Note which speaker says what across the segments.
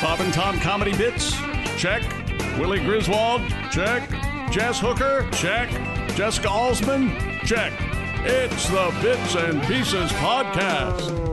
Speaker 1: Bob and Tom comedy bits? Check. Willie Griswold? Check. Jess Hooker? Check. Jessica Alsman? Check. It's the Bits and Pieces Podcast.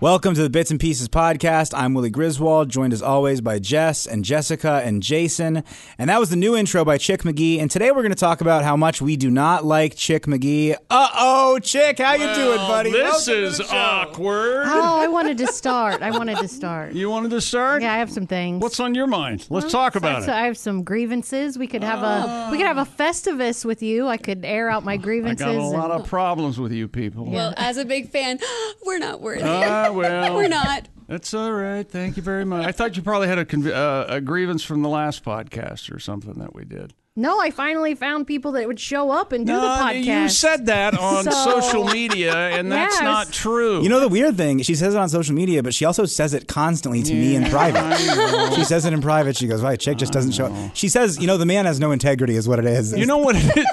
Speaker 2: Welcome to the Bits and Pieces podcast. I'm Willie Griswold, joined as always by Jess and Jessica and Jason. And that was the new intro by Chick McGee. And today we're going to talk about how much we do not like Chick McGee. Uh oh, Chick, how you doing, buddy?
Speaker 1: This
Speaker 2: Welcome to
Speaker 1: is
Speaker 2: the show.
Speaker 1: awkward.
Speaker 3: Oh, I wanted to start. I wanted to start.
Speaker 1: You wanted to start?
Speaker 3: Yeah, I have some things.
Speaker 1: What's on your mind? Let's talk about
Speaker 3: so
Speaker 1: it. Oh.
Speaker 3: I have some grievances. We could have a we could have a festivus with you. I could air out my
Speaker 1: I
Speaker 3: grievances.
Speaker 1: got a lot
Speaker 3: and-
Speaker 1: of problems with you people.
Speaker 4: Well, as a big fan, we're not worthy.
Speaker 1: Ah, well.
Speaker 4: we're not.
Speaker 1: That's all right. Thank you very much. I thought you probably had a, conv- uh, a grievance from the last podcast or something that we did.
Speaker 3: no, I finally found people that would show up and do the
Speaker 1: Uh,
Speaker 3: podcast.
Speaker 1: You said that on
Speaker 3: So-
Speaker 1: social media, and that's
Speaker 3: Yes.
Speaker 1: not true.
Speaker 2: You know the weird thing? She says it on social media, but she also says it constantly to me in private. She says it in private. She goes, "Right, Chick just doesn't show up." She says, "You know, the man has no integrity," is what it is.
Speaker 1: Oh. you know what? It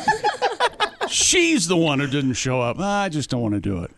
Speaker 1: is? She's the one who didn't show up. I just don't want to do it.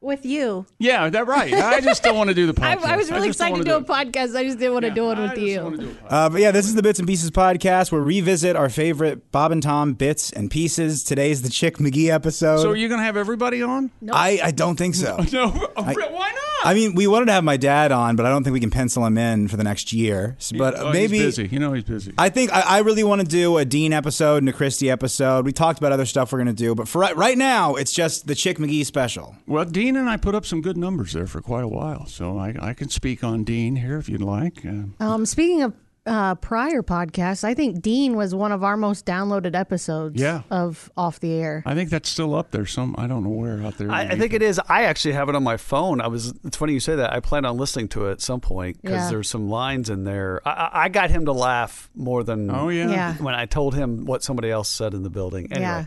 Speaker 3: with you.
Speaker 1: Yeah, that right. I just don't want to do the
Speaker 3: I,
Speaker 1: podcast.
Speaker 3: I was really
Speaker 1: just don't
Speaker 3: excited to do a
Speaker 1: wanna
Speaker 3: podcast. I just didn't want to do it
Speaker 1: I
Speaker 3: with
Speaker 1: just wanna
Speaker 3: you.
Speaker 1: do a podcast.
Speaker 2: Uh, but yeah, this is the Bits and Pieces podcast where we revisit our favorite Bob and Tom bits and pieces. Today's the Chick McGee episode.
Speaker 1: So are you going to have everybody on?
Speaker 2: I, I don't think so.
Speaker 1: No, why not?
Speaker 2: I mean, we wanted to have my dad on, but I don't think we can pencil him in for the next year. S- But
Speaker 1: Oh,
Speaker 2: maybe
Speaker 1: he's busy. You know he's busy.
Speaker 2: I think I, I really want to do a Dean episode and a Christie episode. We talked about other stuff we're going to do, but for right, right now, it's just the Chick McGee special.
Speaker 1: well, Dean and I put up some good numbers there for quite a while, so I, I can speak on Dean here if you'd like. Uh,
Speaker 3: Um, speaking of uh, prior podcasts, I think Dean was one of our most downloaded episodes
Speaker 1: Yeah.
Speaker 3: of Off the Air.
Speaker 1: I think that's still up there. Some I don't know where out there.
Speaker 5: I, I think it is. I actually have it on my phone. I was. It's funny you say that. I plan on listening to it at some point because
Speaker 3: Yeah.
Speaker 5: there's some lines in there. I- I, I got him to laugh more than.
Speaker 1: Oh yeah.
Speaker 3: Yeah.
Speaker 5: When I told him what somebody else said in the building. Anyway, yeah.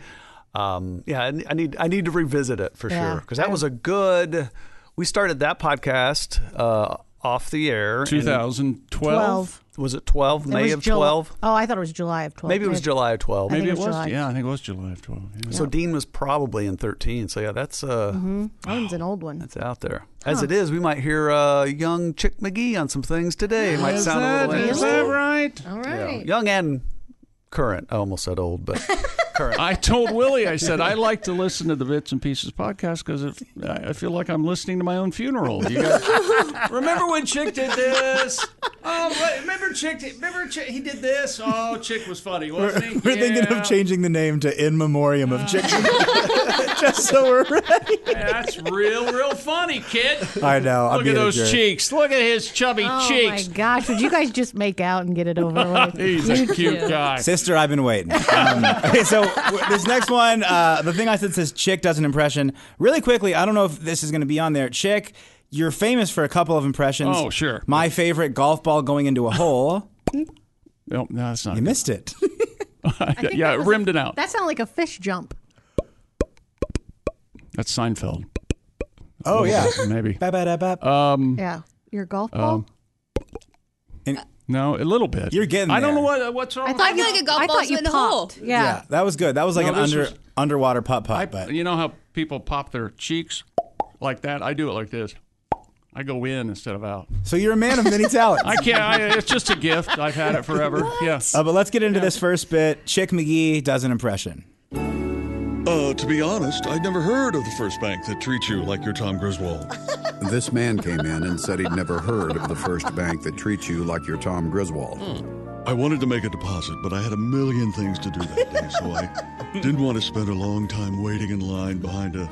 Speaker 5: Um, yeah. I, I need. I need to revisit it for
Speaker 3: Yeah.
Speaker 5: sure because that was a good. We started that podcast uh, off the air. in-
Speaker 1: 2012.
Speaker 3: Twelve.
Speaker 5: was it 12?
Speaker 3: It
Speaker 5: May
Speaker 3: was
Speaker 5: of
Speaker 3: Jul-
Speaker 5: 12.
Speaker 3: Oh, I thought it was July of 12.
Speaker 5: Maybe it was July of 12.
Speaker 3: think
Speaker 1: Maybe
Speaker 3: it
Speaker 1: it
Speaker 3: was
Speaker 1: was.
Speaker 3: July.
Speaker 1: Yeah, I think it was July of 12. yeah.
Speaker 5: So Dean was probably in 13. So yeah, that's uh.
Speaker 3: Mm-hmm. That one's an old one.
Speaker 5: It's out there. As it is, we might hear uh, young Chick McGee on some things today. It might
Speaker 1: Is
Speaker 5: sound a
Speaker 1: that,
Speaker 5: little
Speaker 1: is that
Speaker 5: interesting.
Speaker 1: right?
Speaker 3: All right.
Speaker 5: Young and current. I almost said old, but current.
Speaker 1: I told Willie, I said, I like to listen to the Bits and Pieces podcast because I I feel like I'm listening to my own funeral. You guys, remember when Chick did this? Oh, wait, remember Chick? Did, remember Chick, he did this? Oh, Chick was funny, wasn't he?
Speaker 2: We're thinking
Speaker 1: Yeah.
Speaker 2: of changing the name to In Memoriam of Chick just so we're ready.
Speaker 1: Yeah, that's real, real funny, kid.
Speaker 2: I know. I'm
Speaker 1: Look
Speaker 2: being
Speaker 1: at
Speaker 2: a
Speaker 1: those
Speaker 2: jerk.
Speaker 1: cheeks. Look at his chubby
Speaker 3: Oh
Speaker 1: cheeks.
Speaker 3: my gosh! Would you guys just make out and get it over with?
Speaker 1: He's a cute guy.
Speaker 2: Sister, I've been waiting. Um, okay, so w- this next one, uh, the thing I said says Chick does an impression. Really quickly, I don't know if this is going to be on there. Chick, you're famous for a couple of impressions.
Speaker 1: Oh, sure.
Speaker 2: My favorite golf ball going into a hole.
Speaker 1: No, no, that's not.
Speaker 2: You missed it.
Speaker 1: good. yeah, it rimmed it out.
Speaker 3: That sounded like a fish jump.
Speaker 1: That's Seinfeld.
Speaker 2: Oh, yeah.
Speaker 1: Maybe.
Speaker 2: Ba-ba-da-bap.
Speaker 1: Uh, Mm.
Speaker 3: Yeah, your golf
Speaker 1: Um,
Speaker 3: ball.
Speaker 1: No, a little bit.
Speaker 2: You're getting
Speaker 1: I don't know
Speaker 2: there.
Speaker 1: what uh, what's wrong.
Speaker 4: I feel like a golf
Speaker 3: I
Speaker 4: ball's
Speaker 3: thought you
Speaker 4: in a hole.
Speaker 3: popped. Yeah.
Speaker 2: yeah, that was good. That was like
Speaker 1: No,
Speaker 2: an
Speaker 1: this
Speaker 2: under
Speaker 1: was-
Speaker 2: underwater putt putt.
Speaker 1: I,
Speaker 2: But
Speaker 1: you know how people pop their cheeks like that? I do it like this. I go in instead of out.
Speaker 2: so you're a man of many talents.
Speaker 1: I can't. I, it's just a gift. I've had it forever. Yeah.
Speaker 2: Uh, but let's get into this first bit. Chick McGee does an impression.
Speaker 6: Uh, to be honest, I'd never heard of the first bank that treats you like you're Tom Griswold.
Speaker 7: This man came in and said he'd never heard of the first bank that treats you like you're Tom Griswold.
Speaker 6: I wanted to make a deposit, but I had a million things to do that day, so I didn't want to spend a long time waiting in line behind a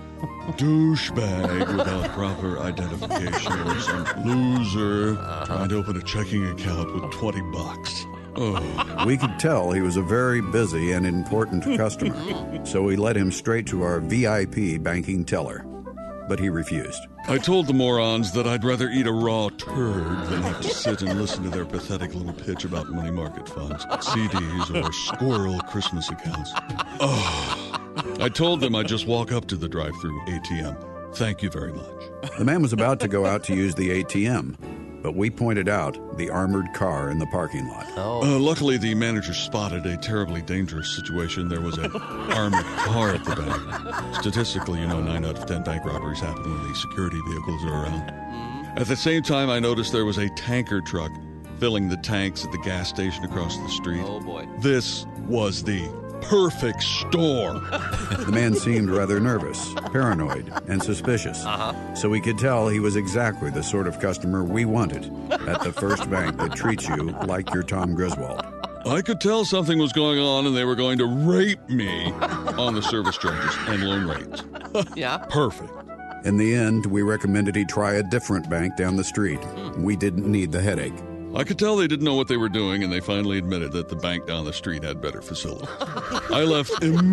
Speaker 6: douchebag without proper identification or some loser trying to open a checking account with 20 bucks. Oh,
Speaker 7: We could tell he was a very busy and important customer, so we led him straight to our VIP banking teller. But he refused.
Speaker 6: I told the morons that I'd rather eat a raw turd than have to sit and listen to their pathetic little pitch about money market funds, CDs, or squirrel Christmas accounts. Oh. I told them I'd just walk up to the drive through ATM. Thank you very much.
Speaker 7: The man was about to go out to use the ATM, but we pointed out the armored car in the parking lot.
Speaker 6: Uh, luckily, the manager spotted a terribly dangerous situation. There was an armored car at the bank. Statistically, you know, nine out of ten bank robberies happen when the security vehicles are around. At the same time, I noticed there was a tanker truck filling the tanks at the gas station across the street.
Speaker 8: Oh boy.
Speaker 6: This was the perfect storm.
Speaker 7: The man seemed rather nervous, paranoid, and suspicious. So we could tell he was exactly the sort of customer we wanted at the first bank that treats you like you're Tom Griswold.
Speaker 6: I could tell something was going on and they were going to rape me on the service charges and loan rates.
Speaker 8: Yeah.
Speaker 6: Perfect.
Speaker 7: In the end, we recommended he try a different bank down the street.
Speaker 9: Hmm.
Speaker 7: We didn't need the headache.
Speaker 6: I could tell they didn't know what they were doing, and they finally admitted that the bank down the street had better facilities. I left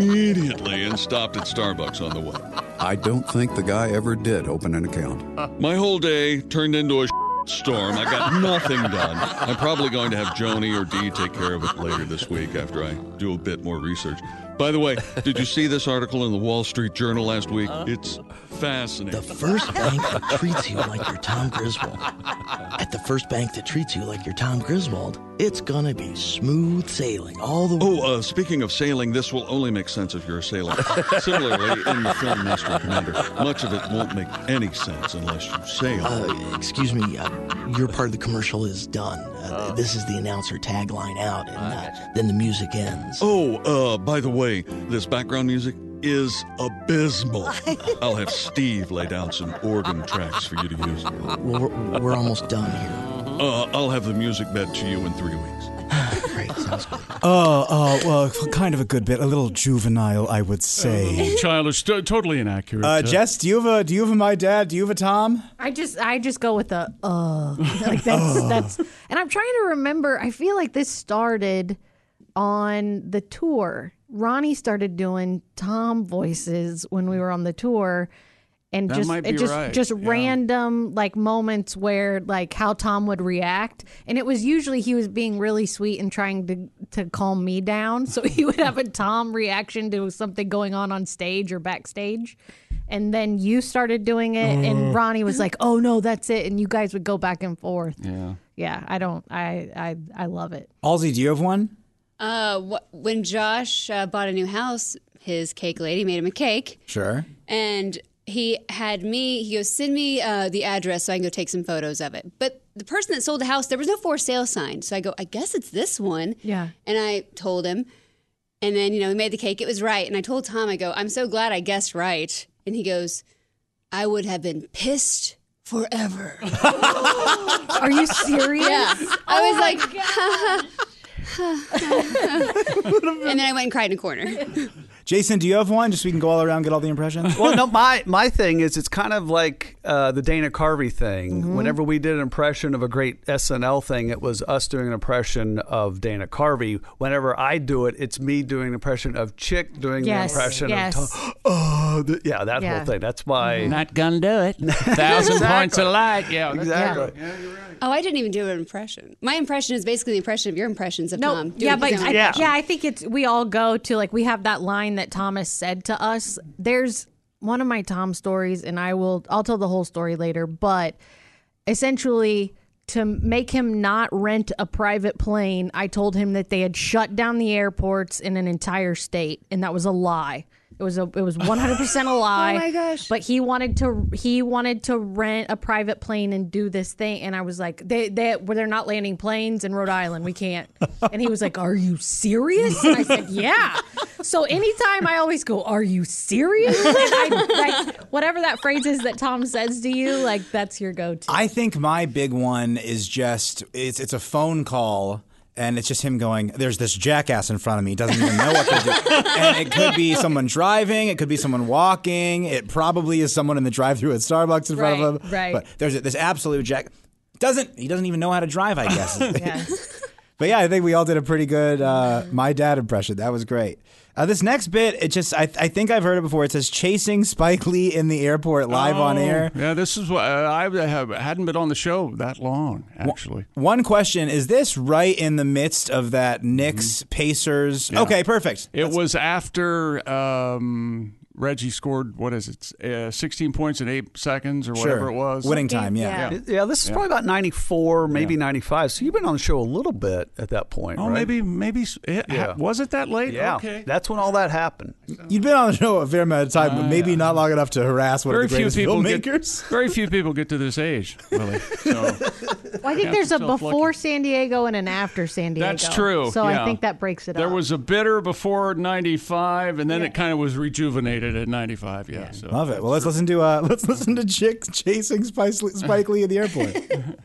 Speaker 6: immediately and stopped at Starbucks on the way.
Speaker 7: I don't think the guy ever did open an account.
Speaker 6: My whole day turned into a storm. I got nothing done. I'm probably going to have Joni or Dee take care of it later this week after I do a bit more research. By the way, did you see this article in the Wall Street Journal last week? It's fascinating.
Speaker 9: The first bank that treats you like you're Tom Griswold. At the first bank that treats you like you're Tom Griswold, it's gonna be smooth sailing all the way.
Speaker 6: Oh, uh, speaking of sailing, this will only make sense if you're a sailor. Similarly, in the film Master Commander, much of it won't make any sense unless you sail.
Speaker 9: Uh, excuse me, uh, your part of the commercial is done. Uh, This is the announcer tagline out, and uh, then the music ends.
Speaker 6: Oh, uh, by the way, this background music is abysmal. I'll have Steve lay down some organ tracks for you to use. Uh,
Speaker 9: We're, we're almost done here.
Speaker 6: I'll have the music bed to you in three weeks.
Speaker 9: Great, sounds good.
Speaker 2: Oh, oh, well, kind of a good bit, a little juvenile, I would
Speaker 1: Oh,
Speaker 2: say.
Speaker 1: Childish, t- totally inaccurate.
Speaker 2: Uh, Jess, do you have a do you have a my dad? Do you have a Tom?
Speaker 3: I just I just go with the uh like that's
Speaker 1: Oh.
Speaker 3: that's and I'm trying to remember I feel like this started on the tour. Ronnie started doing Tom voices when we were on the tour and
Speaker 1: That
Speaker 3: just
Speaker 1: might be
Speaker 3: it just
Speaker 1: right,
Speaker 3: just
Speaker 1: yeah.
Speaker 3: random like moments where like how Tom would react and it was usually he was being really sweet and trying to to calm me down so he would have a Tom reaction to something going on on stage or backstage and then you started doing it and Ronnie was like oh no that's it and you guys would go back and forth yeah yeah I don't I I I love it
Speaker 2: Halsey, do you have one?
Speaker 4: Uh, wh- when Josh uh, bought a new house, his cake lady made him a cake,
Speaker 2: Sure.
Speaker 4: and he had me. He goes, "Send me uh, the address so I can go take some photos of it." But the person that sold the house, there was no for sale sign, so I go, "I guess it's this one."
Speaker 3: Yeah.
Speaker 4: And I told him, and then you know, he made the cake. It was right, and I told Tom, I go, "I'm so glad I guessed right." And he goes, "I would have been pissed." Forever.
Speaker 3: are you serious
Speaker 4: Yeah. I was like,
Speaker 3: Oh
Speaker 4: and then I went and cried in a corner.
Speaker 2: Jason, do you have one? Just so we can go all around, get all the impressions.
Speaker 5: well, no, my my thing is it's kind of like uh, the Dana Carvey thing.
Speaker 1: Mm-hmm.
Speaker 5: Whenever we did an impression of a great SNL thing, it was us doing an impression of Dana Carvey. Whenever I do it, it's me doing an impression of Chick doing
Speaker 3: Yes,
Speaker 5: the impression of
Speaker 3: yes.
Speaker 5: Tom. Oh, th- yeah, that
Speaker 3: Yeah.
Speaker 5: whole thing. That's my
Speaker 1: Not gonna do it. Thousand points a light. Yeah.
Speaker 5: exactly.
Speaker 4: Oh, I didn't even do an impression. My impression is basically the impression of your impressions of Tom. doing
Speaker 3: yeah, but
Speaker 4: his own.
Speaker 3: I, yeah. I think it's we all go to like we have that line that Thomas said to us. There's one of my Tom stories, and I will I'll tell the whole story later, but essentially to make him not rent a private plane, I told him that they had shut down the airports in an entire state, and that was a lie. It was a it was 100% a lie.
Speaker 4: Oh my gosh.
Speaker 3: But he wanted to he wanted to rent a private plane and do this thing and I was like they they well, they're not landing planes in Rhode Island. We can't. And he was like, "Are you serious?" And I said, "Yeah." So anytime I always go, "Are you serious?" Like, I, like, whatever that phrase is that Tom says to you, like that's your go-to.
Speaker 2: I think my big one is just it's it's a phone call. And it's just him going, there's this jackass in front of me. He doesn't even know what to do. and it could be someone driving. It could be someone walking. It probably is someone in the drive through at Starbucks in front of
Speaker 3: Right,
Speaker 2: him.
Speaker 3: right.
Speaker 2: But there's this absolute jack. Doesn't, he doesn't even know how to drive, I guess. But yeah, I think we all did a pretty good uh, my dad impression. That was great. Uh, this next bit, it just I, I think I've heard it before. It says chasing Spike Lee in the airport live on air.
Speaker 1: Oh, Yeah, this is what uh, I have, hadn't been on the show that long, actually.
Speaker 2: One question is this right in the midst of
Speaker 1: Mm-hmm.
Speaker 2: that Knicks Pacers? Okay, perfect.
Speaker 1: It was after um, Reggie scored what is it, uh, 16 points in eight seconds or
Speaker 2: Sure.
Speaker 1: whatever it was.
Speaker 2: Winning time, yeah.
Speaker 1: Yeah.
Speaker 5: Yeah, this is probably about 94, maybe 95. So you've been on the show a little bit at that point,
Speaker 1: Oh,
Speaker 5: right?
Speaker 1: maybe maybe s- it, ha-
Speaker 5: Yeah.
Speaker 1: was it that late?
Speaker 5: Yeah.
Speaker 1: Okay.
Speaker 5: That's when all that happened.
Speaker 2: You've been on the show a fair amount of time, but maybe not long enough to harass one
Speaker 1: Uh, very
Speaker 2: of the
Speaker 1: few
Speaker 2: greatest
Speaker 1: people
Speaker 2: filmmakers.
Speaker 1: Get, very few people get to this age, really. So
Speaker 3: Well, I think
Speaker 1: Yeah,
Speaker 3: there's a
Speaker 1: yourself
Speaker 3: before
Speaker 1: lucky.
Speaker 3: San Diego and an after San Diego.
Speaker 1: that's true.
Speaker 3: So
Speaker 1: yeah.
Speaker 3: I think that breaks it
Speaker 1: There
Speaker 3: up.
Speaker 1: was a bitter before '95, and then it kind of was rejuvenated at '95. Yeah. So
Speaker 2: Love it. Well, let's listen to uh, let's listen to Chick chasing Spice Lee- Spike Lee at the airport.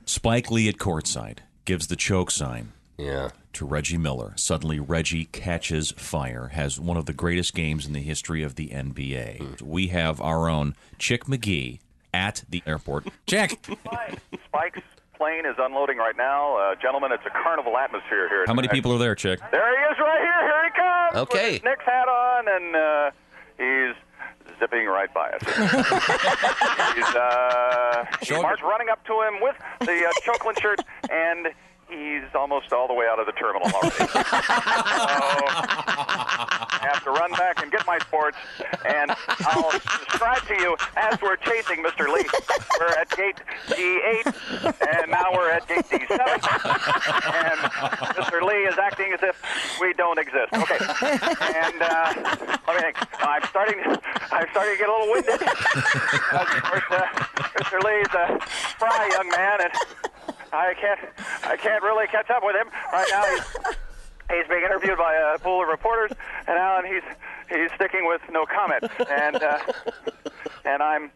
Speaker 8: Spike Lee at courtside gives the choke sign
Speaker 10: Yeah.
Speaker 8: to Reggie Miller. Suddenly, Reggie catches fire, has one of the greatest games in the history of the NBA. We have our own Chick McGee at the airport. Chick,
Speaker 11: Spike's plane is unloading right now. Uh, gentlemen, it's a carnival atmosphere here.
Speaker 8: how many people are there, Chick?
Speaker 11: There he is right here. Here he comes. with
Speaker 10: Okay.
Speaker 11: his Knicks hat on, and uh, he's zipping right by us. he's, uh, he
Speaker 8: Shoulder.
Speaker 11: Mark's running up to him with the uh, Choklin shirt, and he's almost all the way out of the terminal already. so I have to run back and get my sports, and I'll describe to you as we're chasing Mr. Lee. We're at gate D8, and now we're at gate D7, and Mr. Lee is acting as if we don't exist. Okay, and uh, let me think. I'm starting. I'm starting to get a little winded. Uh, of course, uh, Mr. Lee's a spry young man, and I can't. I can't really catch up with him right now. He's, he's being interviewed by a pool of reporters, and Alan, he's he's sticking with no comment, and uh, and I'm.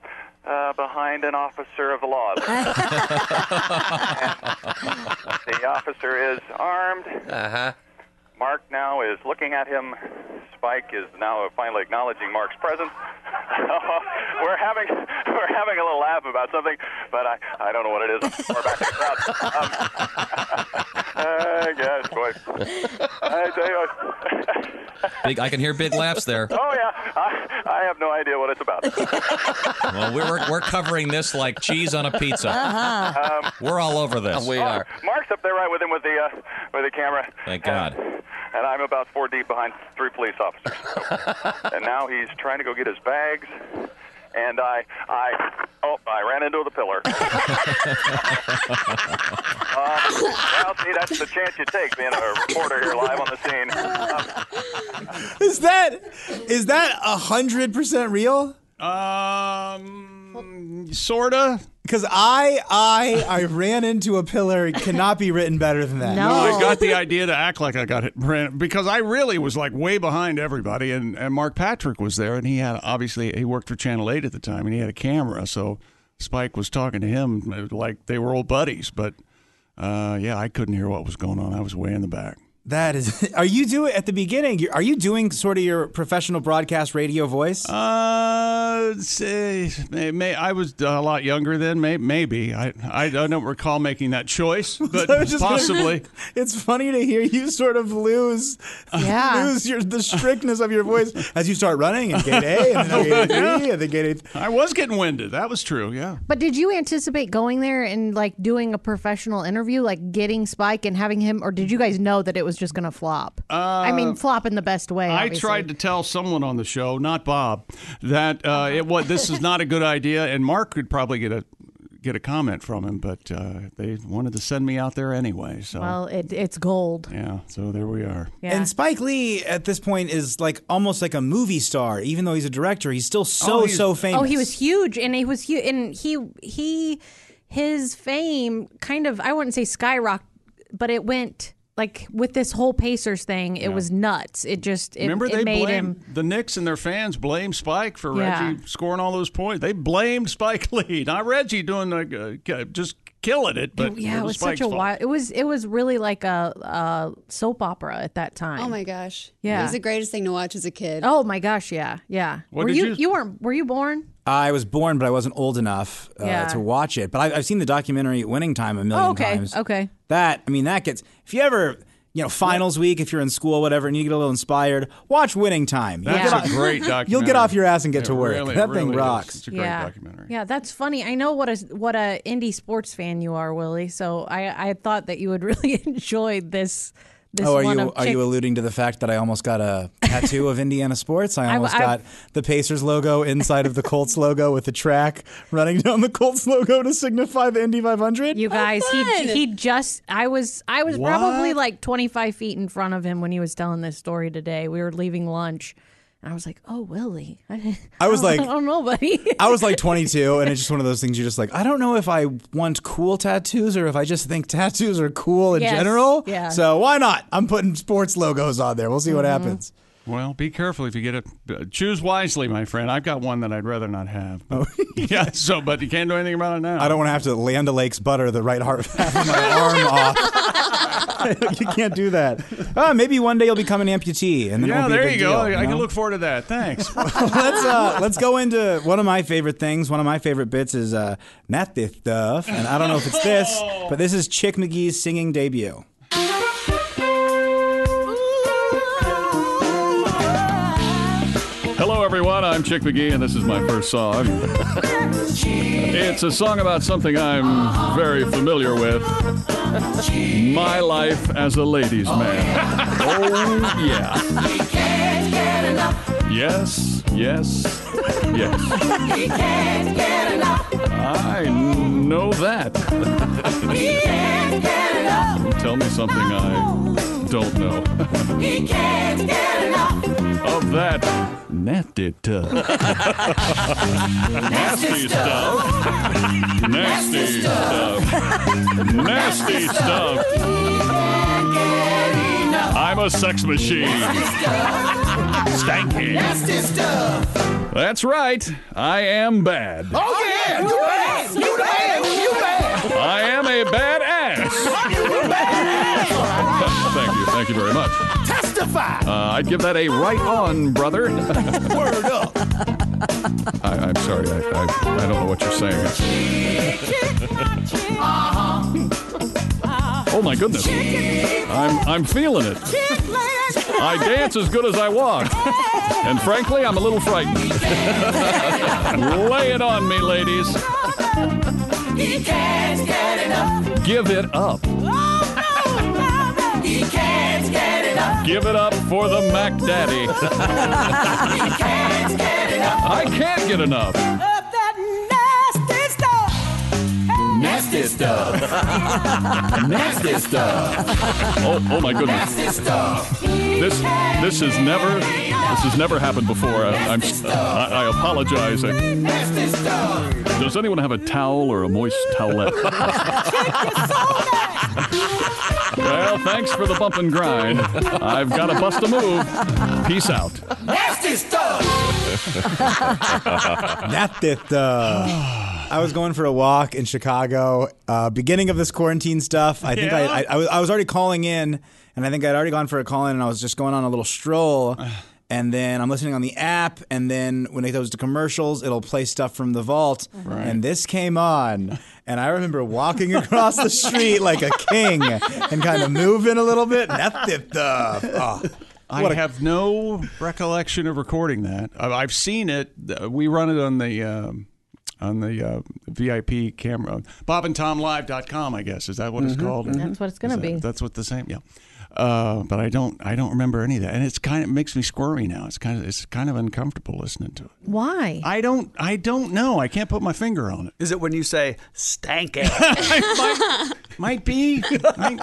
Speaker 11: Uh, behind an officer of the law. the officer is armed.
Speaker 10: Uh huh.
Speaker 11: Mark now is looking at him. Spike is now finally acknowledging Mark's presence. we're having we're having a little laugh about something, but I, I don't know what it is. We're back in the crowd. Um, uh, yes, boy. I tell you what.
Speaker 8: Big, I can hear big laughs there.
Speaker 11: oh yeah, I, I have no idea what it's about.
Speaker 8: Well, we're, we're covering this like cheese on a pizza. We're all over this.
Speaker 10: We are.
Speaker 11: Mark's up there right with him with the uh, with the camera.
Speaker 8: Thank God.
Speaker 11: And I'm about four deep behind three police officers. and now he's trying to go get his bags. And I, I, oh, I ran into the pillar. um, well, see, that's the chance you take being a reporter here live on the scene. Um,
Speaker 2: is that is that hundred percent real?
Speaker 1: Um, sorta.
Speaker 2: Because I I I ran into a pillar cannot be written better than that.
Speaker 3: No.
Speaker 1: I
Speaker 2: Oh,
Speaker 1: got the idea to act like I got it ran- because I really was like way behind everybody, and, and Mark Patrick was there, and he had obviously he worked for Channel Eight at the time, and he had a camera, so Spike was talking to him uh, like they were old buddies. But uh, yeah, I couldn't hear what was going on. I was way in the back.
Speaker 2: That is. Are you doing at the beginning? you- Are you doing sort of your professional broadcast radio voice?
Speaker 1: Uh, say, may, may, I was a lot younger then. May, maybe I, I don't recall making that choice, but
Speaker 2: I was just gonna-
Speaker 1: possibly.
Speaker 2: it's funny to hear you sort of lose
Speaker 3: Yeah.
Speaker 2: lose your the strictness of your voice as you start running in gate A and then gate three and then gate eight.
Speaker 1: I was getting winded. That was true. Yeah.
Speaker 3: but did you anticipate going there and like doing a professional interview, like getting Spike and having him, or did you guys know that it was just going to flop? I mean, flop in the best way.
Speaker 1: Uh, I
Speaker 3: obviously.
Speaker 1: tried to tell someone on the show, not Bob, that uh,
Speaker 3: Uh-huh.
Speaker 1: it was this is not a good idea, and Mark could probably get a get a comment from him, but uh, they wanted to send me out there anyway. So
Speaker 3: Well, it, it's gold.
Speaker 1: yeah, so there we are.
Speaker 3: Yeah.
Speaker 2: And Spike Lee at this point is like almost like a movie star, even though he's a director. He's still so
Speaker 1: Oh, he's-
Speaker 2: so famous.
Speaker 3: Oh, he was huge, and he was huge, and he he his fame kind of I wouldn't say skyrocketed, but it went like with this whole Pacers thing. It was nuts. It just it,
Speaker 1: Remember
Speaker 3: it
Speaker 1: they
Speaker 3: made
Speaker 1: blamed
Speaker 3: him.
Speaker 1: the Knicks and their fans blamed Spike for
Speaker 3: Yeah.
Speaker 1: Reggie scoring all those points. They blamed Spike Lee, not Reggie doing the uh, just killing it. But
Speaker 3: Yeah, it was
Speaker 1: Spike's
Speaker 3: such a
Speaker 1: fault.
Speaker 3: wild. It was it was really like a, a soap opera at that time.
Speaker 4: Oh my gosh.
Speaker 3: Yeah.
Speaker 4: It was the greatest thing to watch as a kid.
Speaker 3: Oh my gosh! Yeah, yeah.
Speaker 1: What
Speaker 3: were
Speaker 1: did
Speaker 3: you,
Speaker 1: you-
Speaker 3: weren't were you born?
Speaker 2: I was born, but I wasn't old enough uh,
Speaker 3: Yeah.
Speaker 2: to watch it. But I've, I've seen the documentary "Winning Time" a million
Speaker 3: Oh, okay,
Speaker 2: times.
Speaker 3: okay.
Speaker 2: That I mean, that gets if you ever you know finals week, if you're in school, whatever, and you get a little inspired, watch "Winning Time." You'll
Speaker 1: That's
Speaker 2: get
Speaker 1: a
Speaker 2: off-
Speaker 1: great documentary.
Speaker 2: You'll get off your ass and get
Speaker 1: It
Speaker 2: to work.
Speaker 1: really-
Speaker 2: that
Speaker 1: it
Speaker 2: thing
Speaker 1: really is.
Speaker 2: rocks.
Speaker 1: It's a great
Speaker 3: yeah.
Speaker 1: documentary.
Speaker 3: Yeah, that's funny. I know what a what a indie sports fan you are, Willie. So I I thought that you would really enjoy this This
Speaker 2: oh, are
Speaker 3: one
Speaker 2: you
Speaker 3: of
Speaker 2: are you alluding to the fact that I almost got a tattoo of Indiana sports? I
Speaker 3: I-
Speaker 2: almost
Speaker 3: I-
Speaker 2: got the Pacers logo inside of the Colts logo with the track running down the Colts logo to signify the Indy 500.
Speaker 3: You guys,
Speaker 12: fun.
Speaker 3: he he just I was I was
Speaker 2: What?
Speaker 3: probably like 25 feet in front of him when he was telling this story today. We were leaving lunch, and I was like, "Oh, Willie." I,
Speaker 2: I was like-
Speaker 3: "I don't know, buddy."
Speaker 2: I was like 22, and it's just one of those things you're just like, I don't know if I want cool tattoos or if I just think tattoos are cool in
Speaker 3: Yes,
Speaker 2: general.
Speaker 3: yeah. Mm-hmm.
Speaker 2: So why not? I'm putting sports logos on there. We'll see what happens.
Speaker 13: Well, be careful if you get it. Choose wisely, my friend. I've got one that I'd rather not have. But, yeah, so, but you can't do anything about it now.
Speaker 2: Oh. I don't want to have to Land O'Lakes butter the right heart half of my arm off. you can't do that. Ah, maybe one day you'll become an amputee, and then it
Speaker 13: Yeah,
Speaker 2: won't be a
Speaker 13: there
Speaker 2: big
Speaker 13: you go.
Speaker 2: deal,
Speaker 13: I can
Speaker 2: know?
Speaker 13: look forward to that. Thanks.
Speaker 2: let's uh, let's go into one of my favorite things. One of my favorite bits is uh, not this stuff, and I don't know if it's this, but this is Chick McGee's singing debut.
Speaker 13: Hello, everyone. I'm Chick McGee, and this is my first song. It's a song about something I'm very familiar with my life as a ladies' man. Oh, yeah. Yes, yes, yes. I know that. Tell me something I don't know. of that nasty stuff. nasty stuff. nasty stuff. nasty stuff. I'm a sex machine. Stanky. Nasty stuff. That's right. I am bad. Oh yeah, you bad, you bad, you bad. I am a bad ass. thank you, thank you very much. Uh, I'd give that a right on, brother. Word up. I, I'm sorry. I, I, I don't know what you're saying. oh my goodness. I'm I'm feeling it. I dance as good as I walk. And frankly, I'm a little frightened. Lay it on me, ladies. Give it up. Give it up for the Mac Daddy. I can't get enough. Nasty stuff. Nasty stuff. Oh, oh my goodness. Nasty stuff. This this has never this has never happened before. I, I'm I, I apologize. I- does anyone have a towel or a moist towelette? well, thanks for the bump and grind. I've got to bust a move. Peace out.
Speaker 2: Not this stuff. I was going for a walk in Chicago, uh, beginning of this quarantine stuff. I think I, I, I, was, I was already calling in, and I think I'd already gone for a call in, and I was just going on a little stroll. And then I'm listening on the app, and then when it goes to commercials, it'll play stuff from the vault. And this came on, and I remember walking across the street like a king and kind of moving a little bit. Not this stuff. Oh.
Speaker 13: I have no recollection of recording that. I- I've seen it. Uh, We run it on the um, on the uh, VIP camera, BobandTomLive.com. I guess is that what
Speaker 2: Mm-hmm,
Speaker 13: it's called?
Speaker 3: That's what it's gonna
Speaker 13: Is that-
Speaker 3: be.
Speaker 13: That's what the same. Yeah. Uh, but I don't. I don't remember any of that, and it's kind of it makes me squirmy now. It's kind of it's kind of uncomfortable listening to it.
Speaker 3: Why?
Speaker 13: I don't. I don't know. I can't put my finger on it.
Speaker 5: Is it when you say stank it?
Speaker 13: Might be. Might-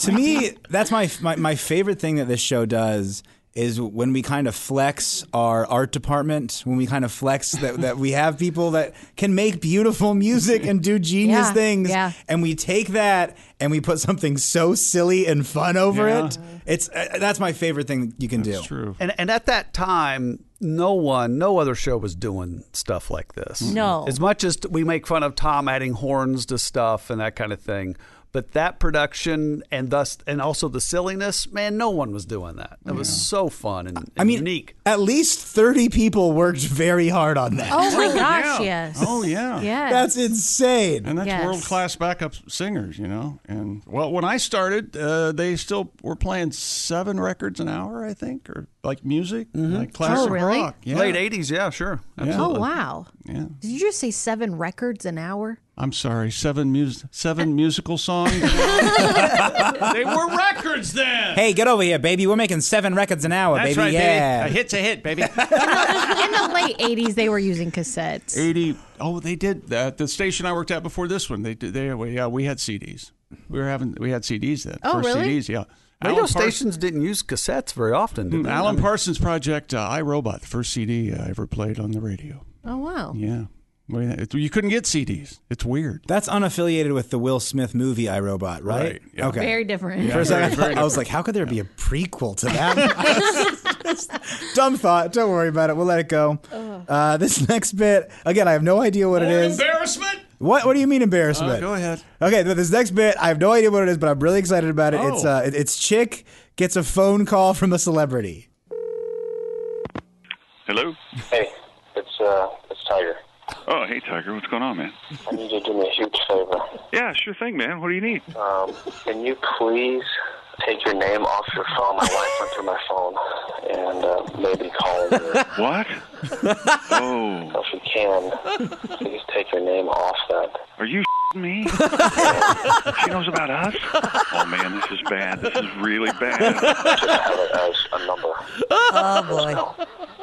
Speaker 2: to me, that's my, my my favorite thing that this show does is when we kind of flex our art department, when we kind of flex that, that we have people that can make beautiful music and do genius
Speaker 3: Yeah,
Speaker 2: things,
Speaker 3: yeah.
Speaker 2: and we take that and we put something so silly and fun over it. It's uh, that's my favorite thing you can do.
Speaker 13: True.
Speaker 5: And and at that time, no one, no other show was doing stuff like this.
Speaker 3: No.
Speaker 5: As much as we make fun of Tom adding horns to stuff and that kind of thing, but that production and thus and also the silliness, man, no one was doing that. It was so fun and, and
Speaker 2: I mean,
Speaker 5: unique.
Speaker 2: at least thirty people worked very hard on that.
Speaker 3: oh my gosh, yes.
Speaker 13: Oh yeah.
Speaker 3: Yes.
Speaker 2: That's insane.
Speaker 13: And that's
Speaker 3: Yes.
Speaker 13: world class backup singers, you know. And well, when I started, uh, they still were playing seven records an hour, I think, or like music, like classic
Speaker 3: Oh, really?
Speaker 13: rock. Yeah.
Speaker 5: Late eighties, yeah, sure.
Speaker 13: Yeah.
Speaker 3: oh wow.
Speaker 13: Yeah.
Speaker 3: Did you just say seven records an hour?
Speaker 1: I'm sorry, seven mus- seven musical songs. they were records then.
Speaker 2: Hey, get over here, baby. We're making seven records an hour,
Speaker 1: That's
Speaker 2: baby.
Speaker 1: right,
Speaker 2: yeah.
Speaker 1: baby. A hit's a hit, baby.
Speaker 3: In the late 80s, they were using cassettes.
Speaker 1: 80 oh they did that the station i worked at before this one they did they well, yeah we had cds we were having we had cds then
Speaker 3: Oh,
Speaker 1: first
Speaker 3: really?
Speaker 1: cds yeah Alan
Speaker 5: Radio
Speaker 1: Pars-
Speaker 5: stations didn't use cassettes very often, did they?
Speaker 1: alan parsons project uh, irobot the first cd i ever played on the radio
Speaker 3: Oh, wow.
Speaker 1: yeah Well, yeah, it's- you couldn't get cds it's weird
Speaker 2: That's unaffiliated with the Will Smith movie iRobot, right?
Speaker 1: Right, yeah.
Speaker 2: Okay.
Speaker 3: Very different.
Speaker 2: For a second, I was like, how could there be a prequel to that? Dumb thought. Don't worry about it. We'll let it go. Uh, this next bit, again, I have no idea what it is.
Speaker 1: embarrassment
Speaker 2: What? What do you mean embarrassment?
Speaker 1: Uh, go ahead
Speaker 2: Okay, but this next bit, I have no idea what it is, but I'm really excited about it. It's
Speaker 1: Oh.
Speaker 2: uh, it- it's chick gets a phone call from a celebrity.
Speaker 6: Hello?
Speaker 10: Hey, it's uh, it's Tiger.
Speaker 6: Oh, hey, Tiger. What's going on, man?
Speaker 10: I need you to do me a huge favor.
Speaker 6: Yeah, sure thing, man. What do you need?
Speaker 10: Um, can you please take your name off your phone? My wife went through my phone, and uh, maybe call her
Speaker 6: What? oh,
Speaker 10: if you can. Please take your name off that.
Speaker 6: are you me? she knows about us? Oh, man, this is bad. This is really bad.
Speaker 10: Just have it as a number.
Speaker 14: Oh boy.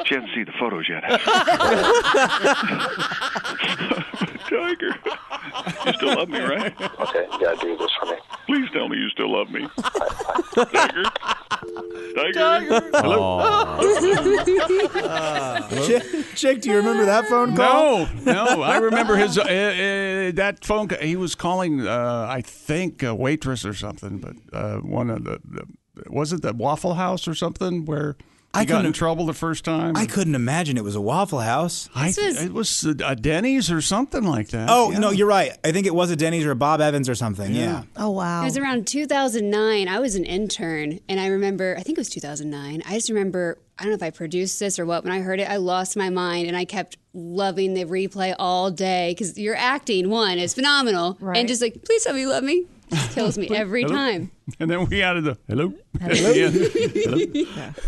Speaker 6: She hasn't seen the photos yet. Tiger, you still love me, right?
Speaker 10: Okay, you gotta do this for me.
Speaker 6: Please tell me you still love me. Tiger? Tiger?
Speaker 3: Oh,
Speaker 2: Chick, chick, do you remember that phone call?
Speaker 1: No, no. I remember his uh, uh, that phone. ca- He was calling, uh, I think, a waitress or something. But uh, one of the, the was it the Waffle House or something where he
Speaker 2: I
Speaker 1: got in
Speaker 2: couldn't-
Speaker 1: trouble the first time.
Speaker 2: I couldn't imagine it was a Waffle House.
Speaker 1: I- it was a Denny's or something like that.
Speaker 2: Oh
Speaker 1: Yeah.
Speaker 2: no, you're right. I think it was a Denny's or a Bob Evans or something. Yeah.
Speaker 3: Oh, wow.
Speaker 4: It was around 2009. I was an intern, and I remember, I think it was 2009. I just remember, I don't know if I produced this or what. When I heard it, I lost my mind, and I kept loving the replay all day because your acting, one, is phenomenal.
Speaker 3: Right.
Speaker 4: And just like, please tell me you love me. Just kills me every time.
Speaker 1: And then we added the hello. at the end.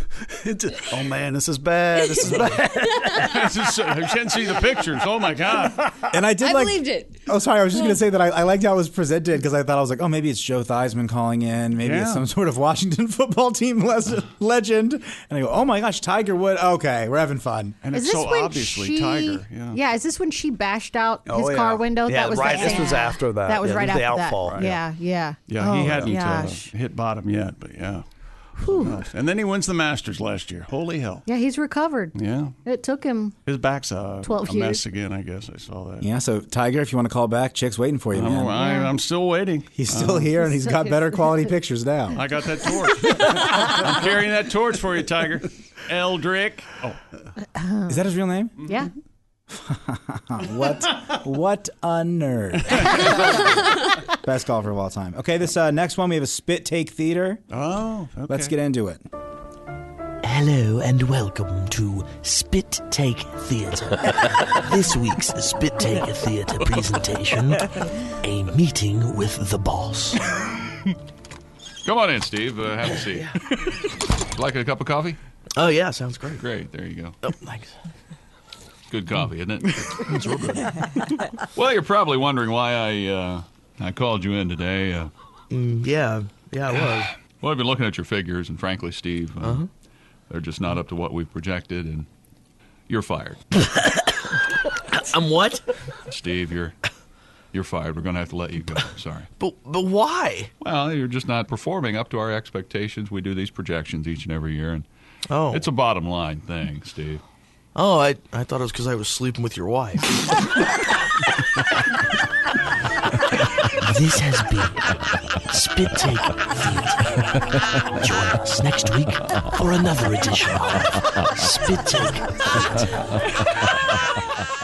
Speaker 5: oh man, this is bad. This is bad.
Speaker 1: This is so- I can't see the pictures. Oh my god!
Speaker 2: And I did
Speaker 4: I
Speaker 2: like.
Speaker 4: believed it.
Speaker 2: Oh, sorry. I was just gonna say that I, I liked how it was presented because I thought I was like, oh, maybe it's Joe Theismann calling in. Maybe it's
Speaker 1: Yeah.
Speaker 2: some sort of Washington football team les- legend. And I go, oh my gosh, Tiger Wood. Okay, we're having fun.
Speaker 1: And
Speaker 3: Is
Speaker 1: it's
Speaker 3: this
Speaker 1: so
Speaker 3: when
Speaker 1: obviously
Speaker 3: she,
Speaker 1: Tiger. Yeah.
Speaker 3: is this when she bashed out his
Speaker 5: Oh, yeah.
Speaker 3: car window?
Speaker 5: Yeah,
Speaker 3: that was
Speaker 5: right.
Speaker 3: That
Speaker 5: This
Speaker 3: same-
Speaker 5: was after that.
Speaker 3: That was
Speaker 5: Yeah,
Speaker 3: right
Speaker 5: this is the
Speaker 3: after
Speaker 5: outfall,
Speaker 3: that.
Speaker 5: right?
Speaker 3: Yeah, yeah.
Speaker 1: Yeah, he
Speaker 3: Oh,
Speaker 1: hadn't uh,
Speaker 3: Gosh.
Speaker 1: hit bottom yet, but yeah. And then he wins the Masters last year. Holy hell!
Speaker 3: yeah, he's recovered.
Speaker 1: Yeah.
Speaker 3: It took him.
Speaker 1: His back's a,
Speaker 3: 12
Speaker 1: a mess
Speaker 3: years.
Speaker 1: again, I guess. I saw that.
Speaker 2: Yeah. So Tiger, if you want to call back, Chick's waiting for you,
Speaker 1: I'm,
Speaker 2: man.
Speaker 1: I, am still waiting.
Speaker 2: He's still here, and he's got better quality pictures now.
Speaker 1: I got that torch. I'm carrying that torch for you, Tiger. Eldrick. Oh,
Speaker 2: Is that his real name?
Speaker 3: Yeah.
Speaker 2: What? what a nerd! Best golfer of all time. Okay, this uh, next one we have a spit take theater.
Speaker 1: oh. Okay.
Speaker 2: Let's get into it.
Speaker 9: Hello and welcome to Spit Take Theatre. this week's Spit Take Theatre presentation a meeting with the boss.
Speaker 11: Come on in, Steve. Uh, have a seat. like a cup of coffee?
Speaker 9: Oh, yeah, sounds great.
Speaker 11: Great. There you go.
Speaker 9: Oh, thanks.
Speaker 11: Good coffee, isn't it? well, you're probably wondering why I uh, I called you in today. Uh,
Speaker 9: Mm, Yeah, yeah, it was.
Speaker 11: well, I've been looking at your figures, and frankly, Steve, uh, they're just not up to what we've projected, and you're fired,
Speaker 9: I'm what?
Speaker 11: Steve. You're you're fired. We're going to have to let you go. Sorry.
Speaker 9: But, but why?
Speaker 11: Well, you're just not performing up to our expectations. We do these projections each and every year, and
Speaker 9: Oh,
Speaker 11: it's a bottom line thing, Steve.
Speaker 9: oh, I, I thought it was because I was sleeping with your wife. this has been Spit Take Theatre. Join us next week for another edition of Spit Take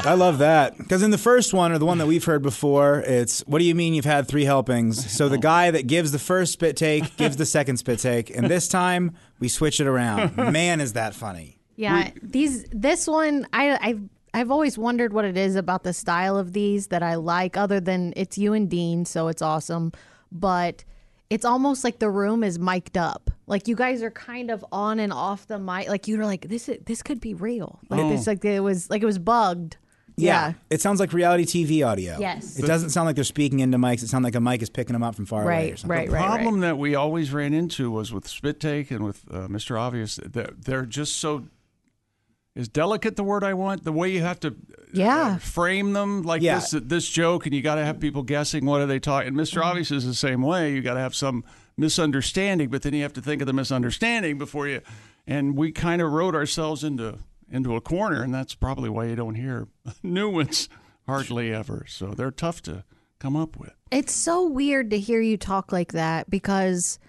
Speaker 2: I love that because in the first one or the one that we've heard before, it's what do you mean you've had three helpings? So the
Speaker 1: Oh.
Speaker 2: guy that gives the first spit take gives the second spit take, and this time we switch it around. Man, is that funny!
Speaker 3: Yeah, these this one I I've I've always wondered what it is about the style of these that I like other than it's you and Dean, so it's awesome, but it's almost like the room is mic'd up. Like you guys are kind of on and off the mic. Like you're like this is, this could be real. Like this like it was like it was bugged.
Speaker 2: Oh. Yeah. It sounds like reality TV audio.
Speaker 3: Yes.
Speaker 2: It doesn't sound like they're speaking into mics. It sounds like a mic is picking them up from far away or something.
Speaker 1: the problem that we always ran into was with Spit Take and with uh, Mr. Obvious. They're, they're just so. Is delicate the word I want? The way you have to
Speaker 3: Yeah.
Speaker 1: frame them like
Speaker 3: Yeah.
Speaker 1: this this joke, and you got to have people guessing what are they talking. And Mr. Obvious is the same way. You got to have some misunderstanding, but then you have to think of the misunderstanding before you. And we kind of rode ourselves into into a corner, and that's probably why you don't hear new ones hardly ever. So they're tough to come up with.
Speaker 3: It's so weird to hear you talk like that because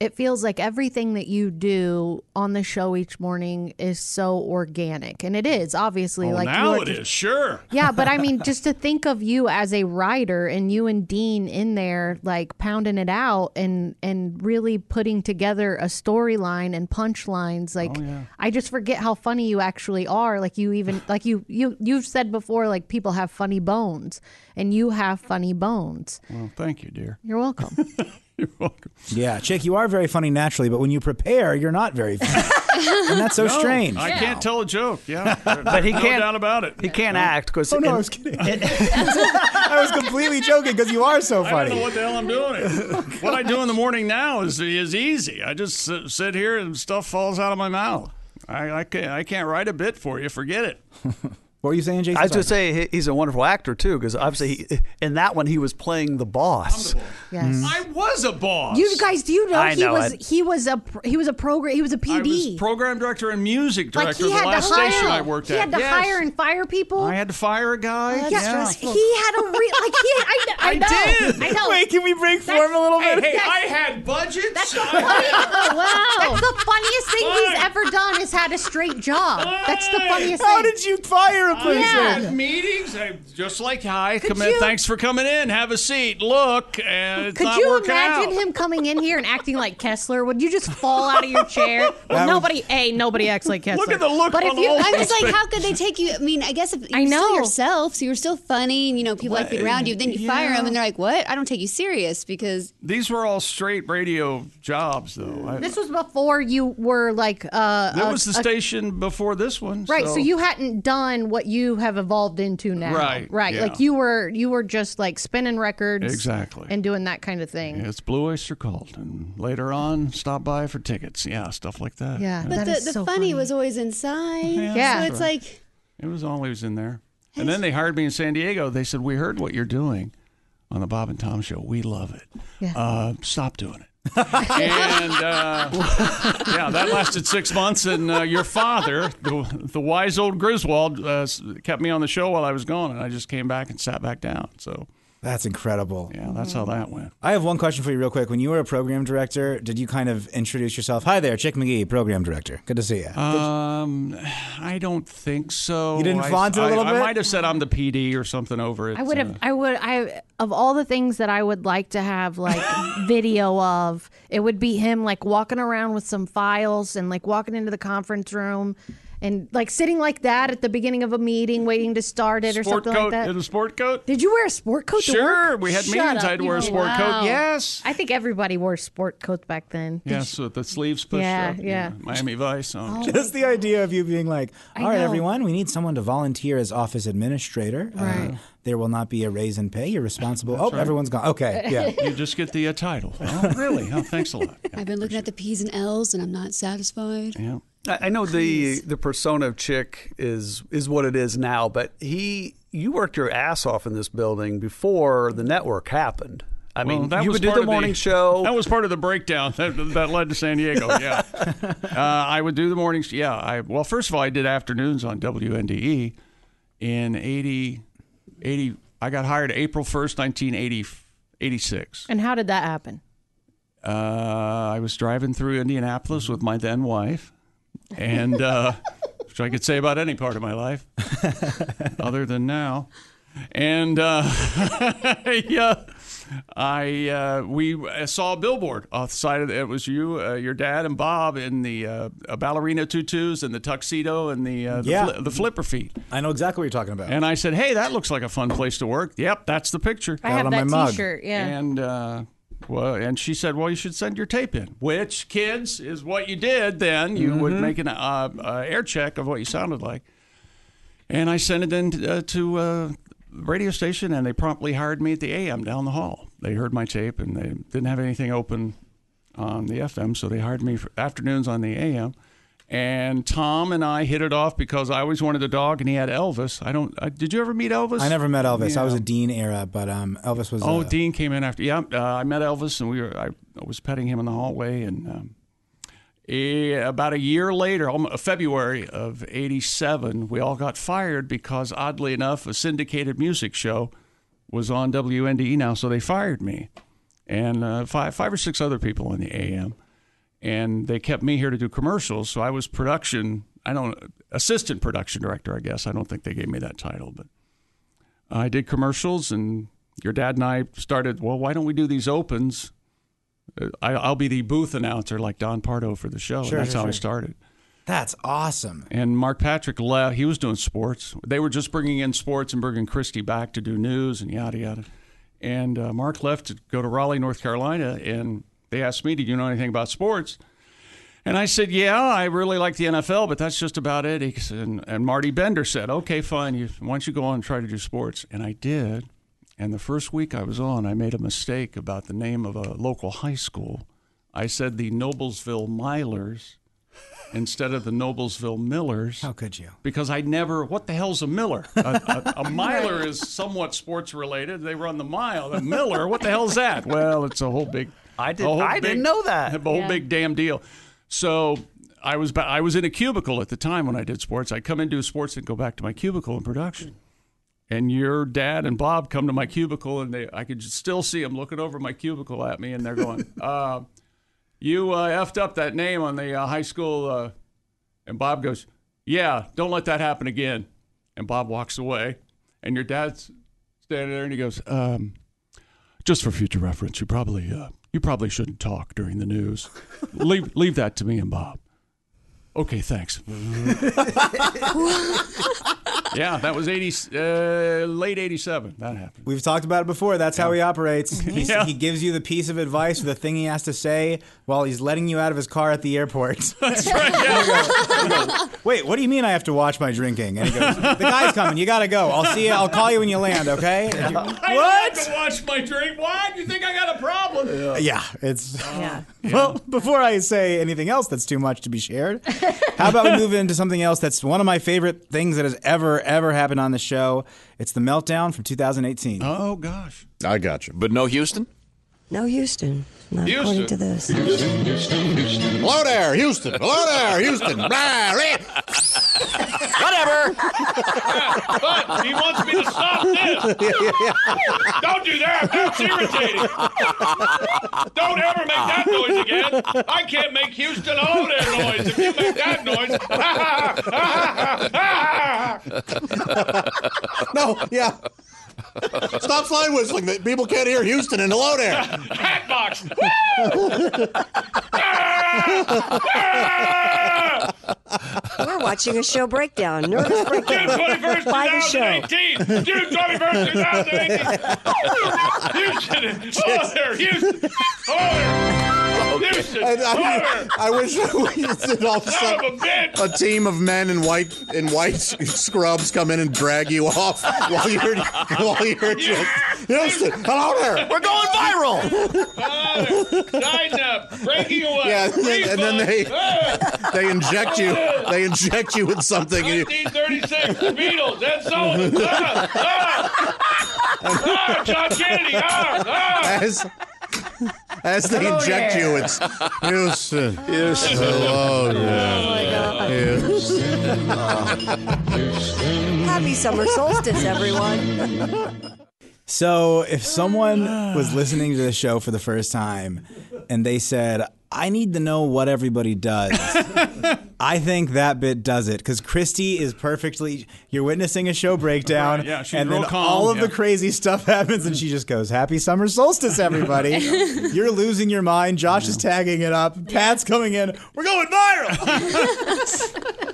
Speaker 3: it feels like everything that you do on the show each morning is so organic. And it is, obviously.
Speaker 1: Well,
Speaker 3: like
Speaker 1: Oh, now
Speaker 3: you're-
Speaker 1: it is sure.
Speaker 3: Yeah, but I mean, just to think of you as a writer and you and Dean in there, like pounding it out and and really putting together a storyline and punchlines. Like,
Speaker 1: Oh,
Speaker 3: I just forget how funny you actually are. Like you even like you you you've said before, like people have funny bones, and you have funny bones.
Speaker 1: Well, thank you, dear.
Speaker 3: You're welcome.
Speaker 2: Yeah, Chick, you are very funny naturally, but when you prepare, you're not very funny. and that's so
Speaker 1: No,
Speaker 2: strange.
Speaker 1: I can't tell a joke. Yeah,
Speaker 5: But he
Speaker 1: no
Speaker 5: can't-
Speaker 1: doubt about it.
Speaker 5: He can't act because.
Speaker 2: Oh, no, I was kidding. I was completely joking because you are so
Speaker 1: I don't know
Speaker 2: funny.
Speaker 1: what the hell I'm doing. here. what I do in the morning now is is easy. I just sit, sit here and stuff falls out of my mouth. I, I can't I can't write a bit for you. Forget it.
Speaker 2: What were you saying, Jason?
Speaker 5: I was just say he- he's a wonderful actor too, because obviously he, in that one he was playing the boss.
Speaker 3: yes.
Speaker 1: I was a boss.
Speaker 3: You guys, do you know
Speaker 5: I
Speaker 3: he
Speaker 5: know
Speaker 3: was
Speaker 5: it.
Speaker 3: he was a pr- he was a program he was a
Speaker 1: I was
Speaker 3: PD.
Speaker 1: program director and music
Speaker 3: like
Speaker 1: director.
Speaker 3: he
Speaker 1: of
Speaker 3: had
Speaker 1: the last
Speaker 3: to hire.
Speaker 1: station I worked
Speaker 3: he
Speaker 1: at.
Speaker 3: had to
Speaker 1: Yes.
Speaker 3: hire and fire people.
Speaker 1: I had to fire a guy.
Speaker 3: Yeah, he had a real like he. I, kn- I,
Speaker 1: I
Speaker 3: know.
Speaker 1: did.
Speaker 3: I know.
Speaker 2: Wait, can we break form a little
Speaker 1: Hey,
Speaker 2: bit?
Speaker 1: hey,
Speaker 3: That's-
Speaker 1: I had budgets.
Speaker 3: That's the
Speaker 1: I
Speaker 3: funniest.
Speaker 1: had-
Speaker 3: Oh, wow. That's the funniest thing he's
Speaker 1: Fine.
Speaker 3: ever done is had a straight job. That's the
Speaker 1: Fine.
Speaker 3: funniest
Speaker 2: How
Speaker 3: thing.
Speaker 2: did you fire a person?
Speaker 3: Yeah.
Speaker 1: At meetings, I, just like hi, come
Speaker 3: you-
Speaker 1: in. Thanks for coming in. Have a seat. Look, and it's
Speaker 3: Could
Speaker 1: not
Speaker 3: you
Speaker 1: working
Speaker 3: imagine
Speaker 1: out.
Speaker 3: him coming in here and acting like Kessler? Would you just fall out of your chair? Well,
Speaker 2: would-
Speaker 3: nobody. A nobody acts like Kessler.
Speaker 1: Look at the look
Speaker 3: But
Speaker 1: on
Speaker 3: if you,
Speaker 1: all
Speaker 4: I was
Speaker 1: his
Speaker 4: like, how could they take you? I mean, I guess if you're
Speaker 3: oh, I know.
Speaker 4: still yourself, so you're still funny, and you know, people like being around you. Then you fire 'em fire them, and they're like, "What? I don't take you serious because
Speaker 1: These were all straight radio jobs, though. I,
Speaker 3: this was before you were like. Uh,
Speaker 1: that
Speaker 3: a-
Speaker 1: was the
Speaker 3: a-
Speaker 1: station before this one.
Speaker 3: Right, so. you hadn't done what you have evolved into now.
Speaker 1: Right,
Speaker 3: right.
Speaker 1: yeah.
Speaker 3: Like you were, you were just like spinning records,
Speaker 1: Exactly.
Speaker 3: and doing that kind of thing.
Speaker 1: It's Blue Oyster Cult, and later on, stop by for tickets. Yeah, stuff like that.
Speaker 3: Yeah,
Speaker 4: But
Speaker 3: that
Speaker 4: the,
Speaker 3: is
Speaker 4: the
Speaker 3: so
Speaker 4: funny, was always inside.
Speaker 3: Yeah.
Speaker 4: So it's like,
Speaker 1: It was always in there. And then they hired me in San Diego. They said, We heard what you're doing on the Bob and Tom show. We love it.
Speaker 3: Yeah.
Speaker 1: Uh, stop doing it. and uh, yeah, that lasted six months. And uh, your father, the, the wise old Griswold, uh, s- kept me on the show while I was gone. And I just came back and sat back down. So
Speaker 2: That's incredible.
Speaker 1: yeah, that's
Speaker 3: Mm.
Speaker 1: how that went.
Speaker 2: I have one question for you, real quick. When you were a program director, did you kind of introduce yourself? Hi there, Chick McGee, program director. Good to see you.
Speaker 1: Um, I don't think so.
Speaker 2: You didn't
Speaker 1: I-
Speaker 2: flaunt it a
Speaker 1: I-
Speaker 2: little
Speaker 1: I
Speaker 2: bit?
Speaker 1: might have said I'm the PD or something over it.
Speaker 3: I would
Speaker 1: uh,
Speaker 3: have. I would. I of all the things that I would like to have like video of, it would be him like walking around with some files and like walking into the conference room, and like sitting like that at the beginning of a meeting, waiting to start it or
Speaker 1: sport
Speaker 3: something
Speaker 1: coat.
Speaker 3: like that.
Speaker 1: In a sport coat.
Speaker 3: Did you wear a sport coat? to
Speaker 1: Sure,
Speaker 3: work?
Speaker 1: we had
Speaker 3: Shut
Speaker 1: meetings.
Speaker 3: up,
Speaker 1: I had to wear a
Speaker 3: you-
Speaker 1: sport coat. Yes.
Speaker 3: I think everybody wore sport coats back then.
Speaker 1: Yes, with the sleeves pushed
Speaker 3: Yeah, Oh.
Speaker 1: up.
Speaker 3: yeah.
Speaker 1: Miami Vice Oh, on. it.
Speaker 2: Just the idea of you being like,
Speaker 3: I
Speaker 2: all right,
Speaker 3: know.
Speaker 2: everyone, we need someone to volunteer as office administrator. Uh,
Speaker 3: Right.
Speaker 2: there will not be a raise in pay. You're responsible. oh, everyone's gone. Okay. Yeah.
Speaker 1: You just get the uh, title. Oh, really? Oh, thanks a lot. Yeah.
Speaker 4: I've been looking at the P's and L's, and I'm not satisfied.
Speaker 1: yeah.
Speaker 5: I I know the the persona of Chick is is what it is now, but he you worked your ass off in this building before the network happened. I
Speaker 1: Well,
Speaker 5: mean,
Speaker 1: that
Speaker 5: you
Speaker 1: was
Speaker 5: would do
Speaker 1: part
Speaker 5: the
Speaker 1: of
Speaker 5: morning show.
Speaker 1: That was part of the breakdown that, that led to San Diego. Yeah, uh, I would do the mornings. Yeah, I well, first of all, I did afternoons on WNDE E in 80, 80 I got hired April first, nineteen eighty eighty six.
Speaker 3: And how did that happen?
Speaker 1: Uh, I was driving through Indianapolis with my then wife, and uh, which I could say about any part of my life, other than now. And uh, yeah, I uh, we uh, saw a billboard outside of the, it was you, uh, your dad, and Bob in the uh, ballerina tutus and the tuxedo and the uh, the,
Speaker 2: Yeah.
Speaker 1: fli- the flipper feet.
Speaker 2: I know exactly what you're talking about.
Speaker 1: And I said, "Hey, that looks like a fun place to work." Yep, that's the picture.
Speaker 3: I
Speaker 2: Got it
Speaker 3: have
Speaker 2: on
Speaker 3: that
Speaker 2: my mug.
Speaker 3: T-shirt. Yeah.
Speaker 1: And uh, well, and she said, "Well, you should send your tape in." Which, kids, is what you did then. You would make an uh, uh, air check of what you sounded like. And I sent it in uh, to uh, radio station, and they promptly hired me at the AM down the hall. They heard my tape, and they didn't have anything open on the FM, so they hired me for afternoons on the AM. And Tom and I hit it off because I always wanted a dog, and he had Elvis. I don't. Uh, did you ever meet Elvis?
Speaker 2: I never met Elvis. I was
Speaker 1: Yeah.
Speaker 2: a Dean era, but um, Elvis was.
Speaker 1: Oh,
Speaker 2: a,
Speaker 1: Dean came in after. Yeah, uh, I met Elvis, and we were. I, I was petting him in the hallway, and um, eh, about a year later, almo- uh, February of '87, we all got fired because, oddly enough, a syndicated music show was on WNDE E now, so they fired me and uh, five five or six other people in the AM, and they kept me here to do commercials. So I was production. I don't assistant production director. I guess I don't think they gave me that title, but. I did commercials, and your dad and I started. Well, why don't we do these opens? Uh, I, I'll be the booth announcer, like Don Pardo for the show. and
Speaker 2: Sure,
Speaker 1: that's
Speaker 2: sure,
Speaker 1: how I
Speaker 2: sure.
Speaker 1: started.
Speaker 2: That's awesome.
Speaker 1: And Mark Patrick left. He was doing sports. They were just bringing in sports and bringing Christie back to do news and yada yada. And uh, Mark left to go to Raleigh, North Carolina, and they asked me, "Did you know anything about sports?" And I said, "Yeah, I really like the NFL, but that's just about it." He said, and, and Marty Bender said, "Okay, fine. You, why don't you go on and try to do sports?" And I did. And the first week I was on, I made a mistake about the name of a local high school. I said the Noblesville Milers instead of the Noblesville Millers
Speaker 2: How could you?
Speaker 1: because I never. What the hell's a miller? A, a, a miler is somewhat sports related. They run the mile. A miller, what the hell's that? Well, it's a whole big.
Speaker 5: I did-
Speaker 1: a whole
Speaker 5: I didn't know that.
Speaker 1: A whole
Speaker 3: Yeah.
Speaker 1: big damn deal. So I was ba- I was in a cubicle at the time when I did sports. I'd come in do sports and go back to my cubicle in production. And your dad and Bob come to my cubicle, and they I could just still see them looking over my cubicle at me, and they're going, uh, "You uh, effed up that name on the uh, high school." Uh, and Bob goes, Yeah, don't let that happen again. And Bob walks away. And your dad's standing there and he goes, um, Just for future reference, you probably, uh, you probably shouldn't talk during the news. leave, leave that to me and Bob. Okay, thanks. yeah, that was 80, uh, late 87. That happened.
Speaker 2: We've talked about it before. That's how he operates. He's,
Speaker 1: Yeah.
Speaker 2: He gives you the piece of advice or the thing he has to say while he's letting you out of his car at the airport.
Speaker 1: That's right. Yeah.
Speaker 2: Wait, what do you mean I have to watch my drinking? And he goes, The guy's coming. You got to go. I'll see you. I'll call you when you land, okay?
Speaker 1: I what? to watch my drink. Why? You think I got a problem?
Speaker 2: Yeah, it's.
Speaker 3: Yeah.
Speaker 2: Well, before I say anything else that's too much to be shared, how about we move into something else that's one of my favorite things that has ever, ever happened on the show? It's the meltdown from 2018.
Speaker 1: Oh, gosh.
Speaker 14: I got you. But no Houston?
Speaker 15: No, Houston. Not
Speaker 1: Houston.
Speaker 15: according to this.
Speaker 14: Hello there, Houston. Hello there, Houston. eh? Riley. Whatever.
Speaker 1: But he wants me to stop this. Don't do that. That's irritating. Don't ever make that noise again. I can't make Houston all that noise. If you make that noise,
Speaker 14: No, yeah. Stop slide whistling. That people can't hear Houston and hello there.
Speaker 1: hat box.
Speaker 15: We're watching a show breakdown. Nervous breakdown. By the show.
Speaker 1: June 21st, 2018. Houston. Oh, there. Houston. Oh, there. Houston.
Speaker 14: And I, I wish that all of a
Speaker 1: Son
Speaker 14: sudden
Speaker 1: of a bitch.
Speaker 14: a team of men in white in white scrubs come in and drag you off while you're while you're just Houston. Hello there. We're going viral.
Speaker 1: Tighten up. Breaking away.
Speaker 14: Yeah, and then- and then they-
Speaker 1: Refund.
Speaker 14: They inject you. They inject you with something. And you,
Speaker 1: 1936, the Beatles, Ed Sullivan. Ah, ah, ah, John Kennedy. Ah, ah.
Speaker 14: as as they inject you, it's Houston. Houston. Hello there. Houston.
Speaker 15: Happy summer solstice, everyone.
Speaker 2: So, if someone was listening to the show for the first time and they said, I need to know what everybody does, I think that bit does it because Christy is perfectly. You're witnessing a show breakdown,
Speaker 1: Right, yeah, she's
Speaker 2: and then
Speaker 1: real calm,
Speaker 2: all of the
Speaker 1: yeah.
Speaker 2: crazy stuff happens, and she just goes, Happy summer solstice, everybody. you're losing your mind. Josh is tagging it up. Pat's coming in. We're going viral.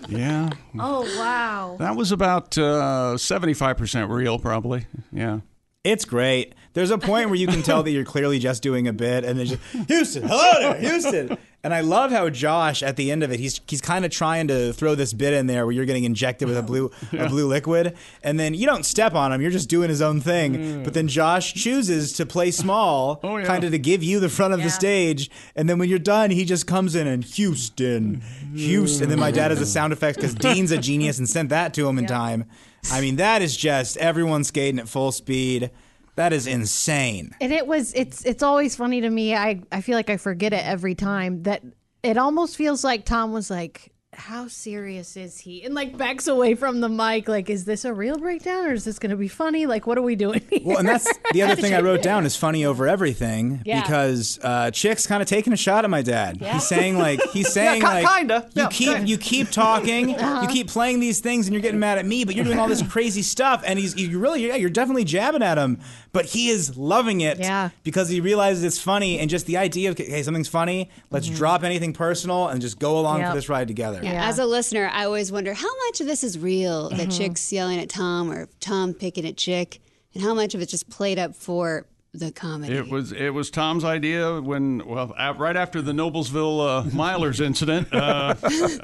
Speaker 1: Yeah,
Speaker 3: Oh wow.
Speaker 1: that was about uh, 75% real, probably. Yeah.
Speaker 2: It's great. There's a point where you can tell that you're clearly just doing a bit, and then just Houston, hello there, Houston. And I love how Josh at the end of it, he's he's kind of trying to throw this bit in there where you're getting injected with a blue
Speaker 12: Yeah.
Speaker 2: a blue liquid, and then you don't step on him. You're just doing his own thing. But then Josh chooses to play small, kind of to give you the front of the stage, and then when you're done, he just comes in and Houston, Houston. And then my dad has a sound effect because Dean's a genius and sent that to him in time. I mean, that is just everyone skating at full speed. That is insane.
Speaker 3: And it was it's it's always funny to me. I I feel like I forget it every time that it almost feels like Tom was like how serious is he? And like backs away from the mic like is this a real breakdown or is this going to be funny? Like what are we doing? Here?
Speaker 2: Well, and that's the other thing I wrote down is funny over everything
Speaker 3: Yeah.
Speaker 2: because uh, Chick's kind of taking a shot at my dad.
Speaker 3: Yeah.
Speaker 2: He's saying like he's
Speaker 5: Yeah,
Speaker 2: saying
Speaker 5: ki-
Speaker 2: like
Speaker 5: kinda.
Speaker 2: you
Speaker 5: Yeah,
Speaker 2: keep
Speaker 5: kinda.
Speaker 2: you keep talking,
Speaker 5: Uh-huh.
Speaker 2: you keep playing these things, and you're getting mad at me, but you're doing all this crazy stuff, and he's you really yeah you're definitely jabbing at him, but he is loving it yeah. because he realizes it's funny and just the idea of hey something's funny, let's
Speaker 5: Mm-hmm.
Speaker 2: drop anything personal and just go along
Speaker 4: Yep.
Speaker 2: for this ride together.
Speaker 4: Yeah, As a listener, I always wonder how much of this is real that
Speaker 2: Mhm.
Speaker 4: Chick's yelling at Tom or Tom picking at Chick, and how much of it's just played up for the comedy.
Speaker 1: It was it was Tom's idea when well a- right after the Noblesville uh, Milers incident. Uh,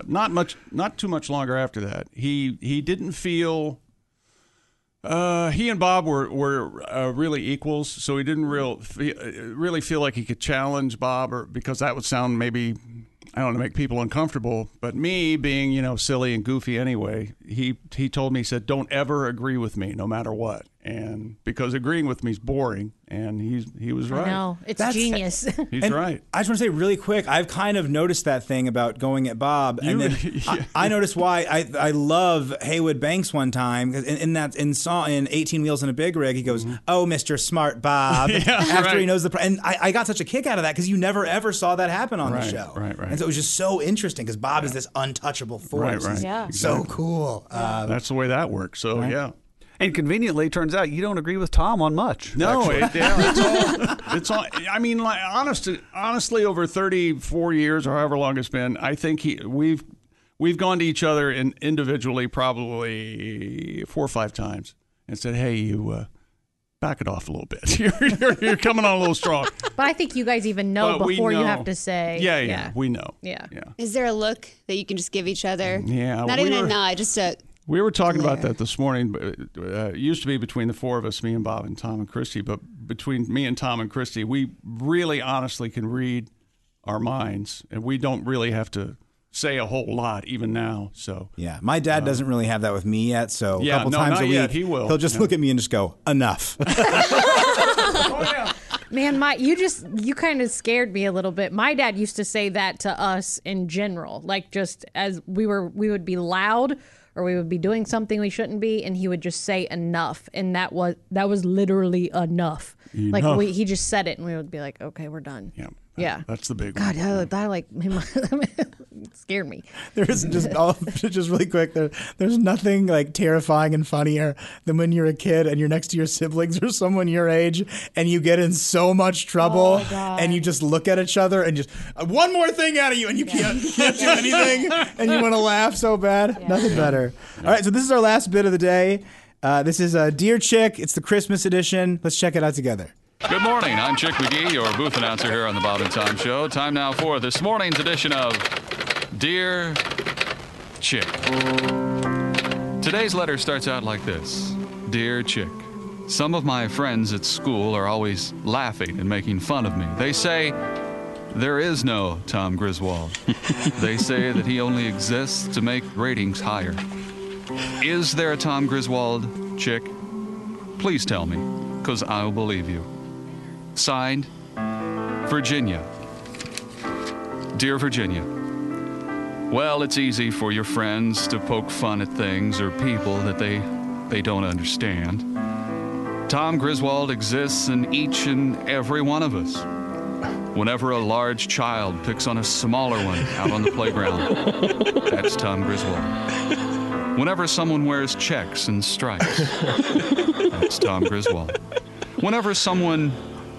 Speaker 1: not much, not too much longer after that. He he didn't feel. Uh, he and Bob were were uh, really equals, so he didn't real fe- uh, really feel like he could challenge Bob, or because that would sound maybe I don't know make people uncomfortable. But me being you know silly and goofy anyway, he he told me he said don't ever agree with me, no matter what, and because agreeing with me is boring, and he's he was right.
Speaker 3: No, it's genius.
Speaker 1: He's
Speaker 2: And
Speaker 1: right.
Speaker 2: I just want to say really quick, I've kind of noticed that thing about going at Bob, and
Speaker 1: You-
Speaker 2: then I, I noticed why I, I love Haywood Banks one time 'cause in, in that in song in Eighteen Wheels and a Big Rig, he goes, "Oh, Mister Smart Bob,"
Speaker 1: Mm-hmm. Yeah,
Speaker 2: after he
Speaker 1: right.
Speaker 2: knows the. Pr- and I, I got such a kick out of that because you never ever saw that happen on
Speaker 1: Right,
Speaker 2: the show,
Speaker 1: right, right.
Speaker 2: And so it was just so interesting because Bob is this untouchable force,
Speaker 1: Right, right.
Speaker 2: He's
Speaker 1: Yeah.
Speaker 2: so
Speaker 1: Exactly.
Speaker 2: cool. Um,
Speaker 1: That's the way that works. So
Speaker 2: Right.
Speaker 1: yeah.
Speaker 5: And conveniently, turns out you don't agree with Tom on much.
Speaker 1: No, it,
Speaker 5: actually.
Speaker 1: yeah, it's, all, it's all. I mean, like, honest, honestly, over thirty-four years or however long it's been, I think he, we've we've gone to each other and individually probably four or five times and said, "Hey, you uh, back it off a little bit. You're, you're, you're coming on a little strong."
Speaker 3: But I think you guys even know
Speaker 1: But we
Speaker 3: before you
Speaker 1: know.
Speaker 3: have to say.
Speaker 1: Yeah, yeah, we know.
Speaker 3: Yeah. Yeah.
Speaker 4: Is there a look that you can just give each other?
Speaker 1: Yeah,
Speaker 4: Not
Speaker 1: we
Speaker 4: even
Speaker 1: were-
Speaker 4: a nod, just a.
Speaker 1: We were talking about that this morning. but, Uh, it used to be between the four of us, me and Bob and Tom and Christy, but between me and Tom and Christy, we really honestly can read our minds, and we don't really have to say a whole lot even now. So
Speaker 2: Yeah, my dad doesn't really have that with me yet, so
Speaker 1: Uh, Yeah,
Speaker 2: a couple
Speaker 1: no,
Speaker 2: times
Speaker 1: not
Speaker 2: a week
Speaker 1: yet. He will.
Speaker 2: He'll just
Speaker 1: Yeah.
Speaker 2: look at me and just go, "Enough."
Speaker 3: Man, my you just you kind of scared me a little bit. My dad used to say that to us in general, like just as we were we would be loud or we would be doing something we shouldn't be and he would just say enough and that was that was literally enough. Like
Speaker 1: Enough.
Speaker 3: we, he just said it and we would be like, "Okay, we're done." Yeah. Yeah.
Speaker 1: that's the big
Speaker 3: God,
Speaker 1: one.
Speaker 3: that, that like scared me.
Speaker 2: There isn't just all just really quick. There, there's nothing like terrifying and funnier than when you're a kid and you're next to your siblings or someone your age and you get in so much trouble and you just look at each other and just "Uh, one more thing out of you and you can't, can't do anything and you want to laugh so bad. Nothing better. All right, so this is our last bit of the day. Uh, this is uh, Dear Chick. It's the Christmas edition. Let's check it out together.
Speaker 16: Good morning. I'm Chick McGee, your booth announcer here on the Bob and Tom Show. Time now for this morning's edition of Dear Chick. Today's letter starts out like this Dear Chick, some of my friends at school are always laughing and making fun of me. They say, there is no Tom Griswold. they say that he only exists to make ratings higher. Is there a Tom Griswold, Chick? Please tell me, because I'll believe you. Signed, Virginia. Dear Virginia, well, it's easy for your friends to poke fun at things or people that they, they don't understand. Tom Griswold exists in each and every one of us. Whenever a large child picks on a smaller one out on the playground, that's Tom Griswold. Whenever someone wears checks and stripes, that's Tom Griswold. Whenever someone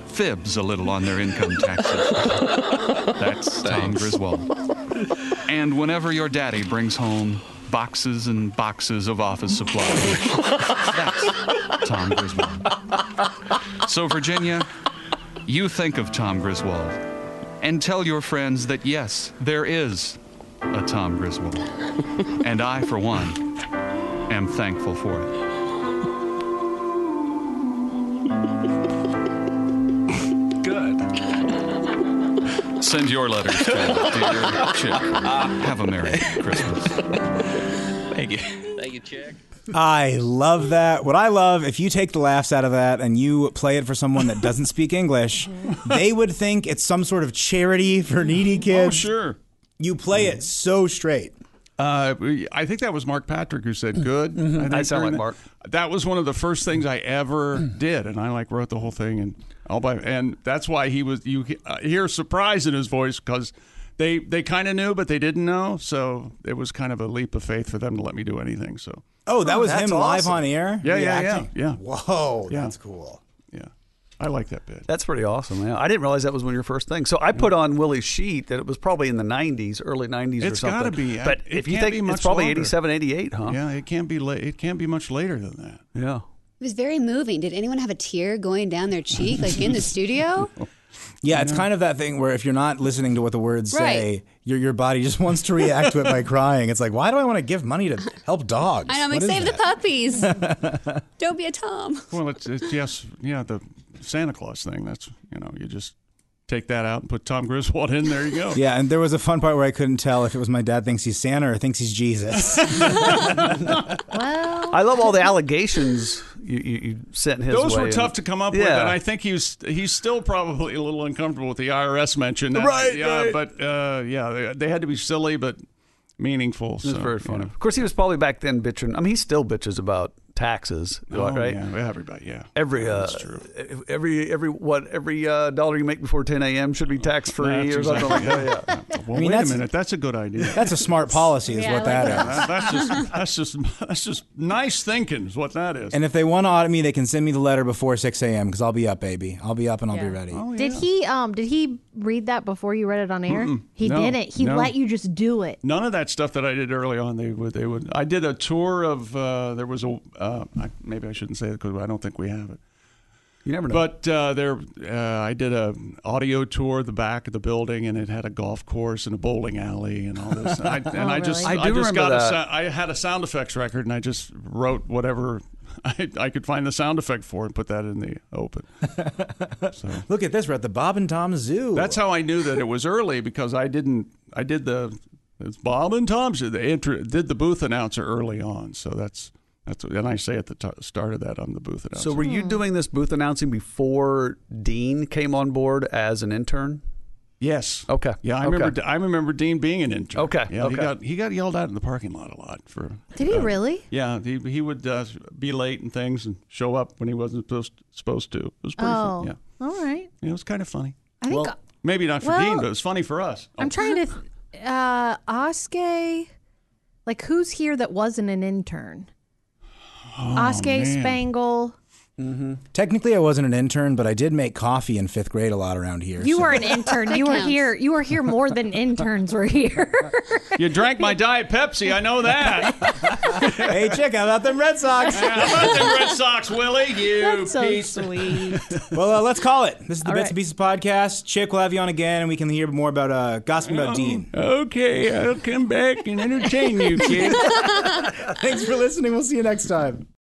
Speaker 16: fibs a little on their income taxes, that's Tom Griswold. And whenever your daddy brings home boxes and boxes of office supplies, that's Tom Griswold. So, Virginia, you think of Tom Griswold and tell your friends that yes, there is a Tom Griswold. And I, for one, am thankful for it. Good. Send your letters to dear Chick. Have a Merry Christmas.
Speaker 12: Thank you. Thank you, Chick.
Speaker 2: I love that. What I love, if you take the laughs out of that and you play it for someone that doesn't speak English, they would think it's some sort of charity for needy kids.
Speaker 1: Oh, sure.
Speaker 2: You play it so straight.
Speaker 1: Uh, I think that was Mark Patrick who said good. I, think
Speaker 5: I sound
Speaker 1: during
Speaker 5: like
Speaker 1: that-
Speaker 5: Mark.
Speaker 1: That was one of the first things I ever did, and I like wrote the whole thing and all by and that's why he was. You uh, hear surprise in his voice because they they kind of knew, but they didn't know. So it was kind of a leap of faith for them to let me do anything. So
Speaker 2: Oh, that was him live on air?
Speaker 1: Yeah, yeah, yeah,
Speaker 2: reacting?
Speaker 1: yeah.
Speaker 2: Whoa, that's cool.
Speaker 1: Yeah. I like that bit.
Speaker 5: That's pretty awesome, man. I didn't realize that was one of your first things. So I put on Willie's sheet that it was probably in the 90s, early 90s or
Speaker 1: It's
Speaker 5: something.
Speaker 1: got to be. I-
Speaker 5: But
Speaker 1: it
Speaker 5: if you
Speaker 1: can't
Speaker 5: think
Speaker 1: be
Speaker 5: it's
Speaker 1: much
Speaker 5: probably
Speaker 1: longer.
Speaker 5: 87, 88, huh?
Speaker 1: Yeah, it can't be. La- it can't be much later than that.
Speaker 5: Yeah.
Speaker 4: It was very moving. Did anyone have a tear going down their cheek, like in the studio?
Speaker 2: Yeah, it's kind of that thing where if you're not listening to what the words
Speaker 4: Right.
Speaker 2: say, your your body just wants to react to it by crying. It's like, why do I want to give money to help dogs?
Speaker 4: I know, I'm like,
Speaker 2: What is
Speaker 4: save
Speaker 2: that?
Speaker 4: the puppies. Don't be a Tom.
Speaker 1: Well, it's, it's yes, yeah, the Santa Claus thing. That's you know, you just take that out and put Tom Griswold in. There you go.
Speaker 2: Yeah, and there was a fun part where I couldn't tell if it was my dad thinks he's Santa or thinks he's Jesus.
Speaker 5: I love all the allegations you, you, you sent his
Speaker 1: Those
Speaker 5: way
Speaker 1: were
Speaker 5: and-
Speaker 1: tough to come up with,
Speaker 5: Yeah.
Speaker 1: and I think he's he's still probably a little uncomfortable with the IRS mention. That,
Speaker 5: Right,
Speaker 1: Yeah,
Speaker 5: right.
Speaker 1: but uh, yeah, they, they had to be silly but meaningful.
Speaker 5: It was
Speaker 1: so,
Speaker 5: very funny.
Speaker 1: yeah.
Speaker 5: Of course, he was probably back then bitching. I mean, he still bitches about taxes,
Speaker 1: Oh,
Speaker 5: right?
Speaker 1: yeah, everybody, yeah.
Speaker 5: Every uh,
Speaker 1: That's true.
Speaker 5: every every what every uh, dollar you make before 10 a.m. should be tax free
Speaker 1: That's
Speaker 5: or something like
Speaker 1: exactly it.
Speaker 5: that. Yeah.
Speaker 1: Well,
Speaker 2: I mean,
Speaker 1: wait a
Speaker 2: that's-
Speaker 1: minute. That's a good idea.
Speaker 2: That's a smart policy, is
Speaker 1: Yeah,
Speaker 2: what
Speaker 1: I
Speaker 2: that
Speaker 1: like
Speaker 2: is.
Speaker 1: that. That's just that's just that's just nice thinking is what that is.
Speaker 2: And if they want to audit me, they can send me the letter before 6 a.m. because I'll be up, baby. I'll be up and I'll be ready.
Speaker 1: Oh,
Speaker 3: Did he um did he read that before you read it on air?
Speaker 1: Mm-mm.
Speaker 3: He
Speaker 1: No.
Speaker 3: didn't. He
Speaker 1: No.
Speaker 3: let you just do it.
Speaker 1: None of that stuff that I did early on, they would. They would. I did a tour of. Uh, there was a. Uh, I, maybe I shouldn't say it because I don't think we have it.
Speaker 5: You never know.
Speaker 1: But uh, there, uh, I did a audio tour of the back of the building, and it had a golf course and a bowling alley and all this. And I, and
Speaker 5: Oh,
Speaker 1: I just,
Speaker 5: really? I do
Speaker 1: just
Speaker 5: remember
Speaker 1: got a
Speaker 5: that.
Speaker 1: sou- I had a sound effects record, and I just wrote whatever I, I could find the sound effect for and put that in the open.
Speaker 2: Look at this. We're at the Bob and Tom Zoo.
Speaker 1: That's how I knew that it was early because I didn't. I did the it's Bob and Tom. show. They intro, did the booth announcer early on, so that's that's. And I say at the t- start of that, I'm the booth announcer.
Speaker 5: So were you doing this booth announcing before Dean came on board as an intern?
Speaker 1: Yes.
Speaker 5: Okay.
Speaker 1: Yeah, I
Speaker 5: Okay.
Speaker 1: remember. I remember Dean being an intern.
Speaker 5: Okay,
Speaker 1: Yeah,
Speaker 5: okay.
Speaker 1: he got he got yelled at in the parking lot a lot for.
Speaker 3: Did he really?
Speaker 1: Yeah, he, he would uh, be late and things, and show up when he wasn't supposed supposed to. It was pretty.
Speaker 3: Oh.
Speaker 1: Fun. Yeah.
Speaker 3: All right.
Speaker 1: yeah, it was kind of funny.
Speaker 3: I think
Speaker 1: Maybe not for
Speaker 3: Well-
Speaker 1: Dean, but it was funny for us.
Speaker 3: I'm
Speaker 2: Oh.
Speaker 3: trying to th- uh Oskay like who's here that wasn't an intern?
Speaker 2: Oh,
Speaker 3: Oskay
Speaker 2: man.
Speaker 3: Spangle.
Speaker 2: Technically, I wasn't an intern, but I did make coffee in fifth grade a lot around here.
Speaker 3: You
Speaker 2: so-
Speaker 3: were an intern.
Speaker 4: That
Speaker 3: you were
Speaker 4: counts.
Speaker 3: here. You were here more than interns were here.
Speaker 1: You drank my Diet Pepsi. I know that.
Speaker 2: hey, check out about them Red Sox.
Speaker 1: Yeah, how about them Red Sox, Willie. You
Speaker 2: That's so
Speaker 1: piece.
Speaker 3: sweet.
Speaker 2: well, uh, let's call it. This is the
Speaker 1: All
Speaker 2: Bits
Speaker 1: right.
Speaker 2: and Pieces podcast. Chick, we'll have you on again, and we can hear more about uh, gossip about Dean.
Speaker 1: Okay, I'll come back and entertain you, Chick.
Speaker 2: Thanks for listening. We'll see you next time.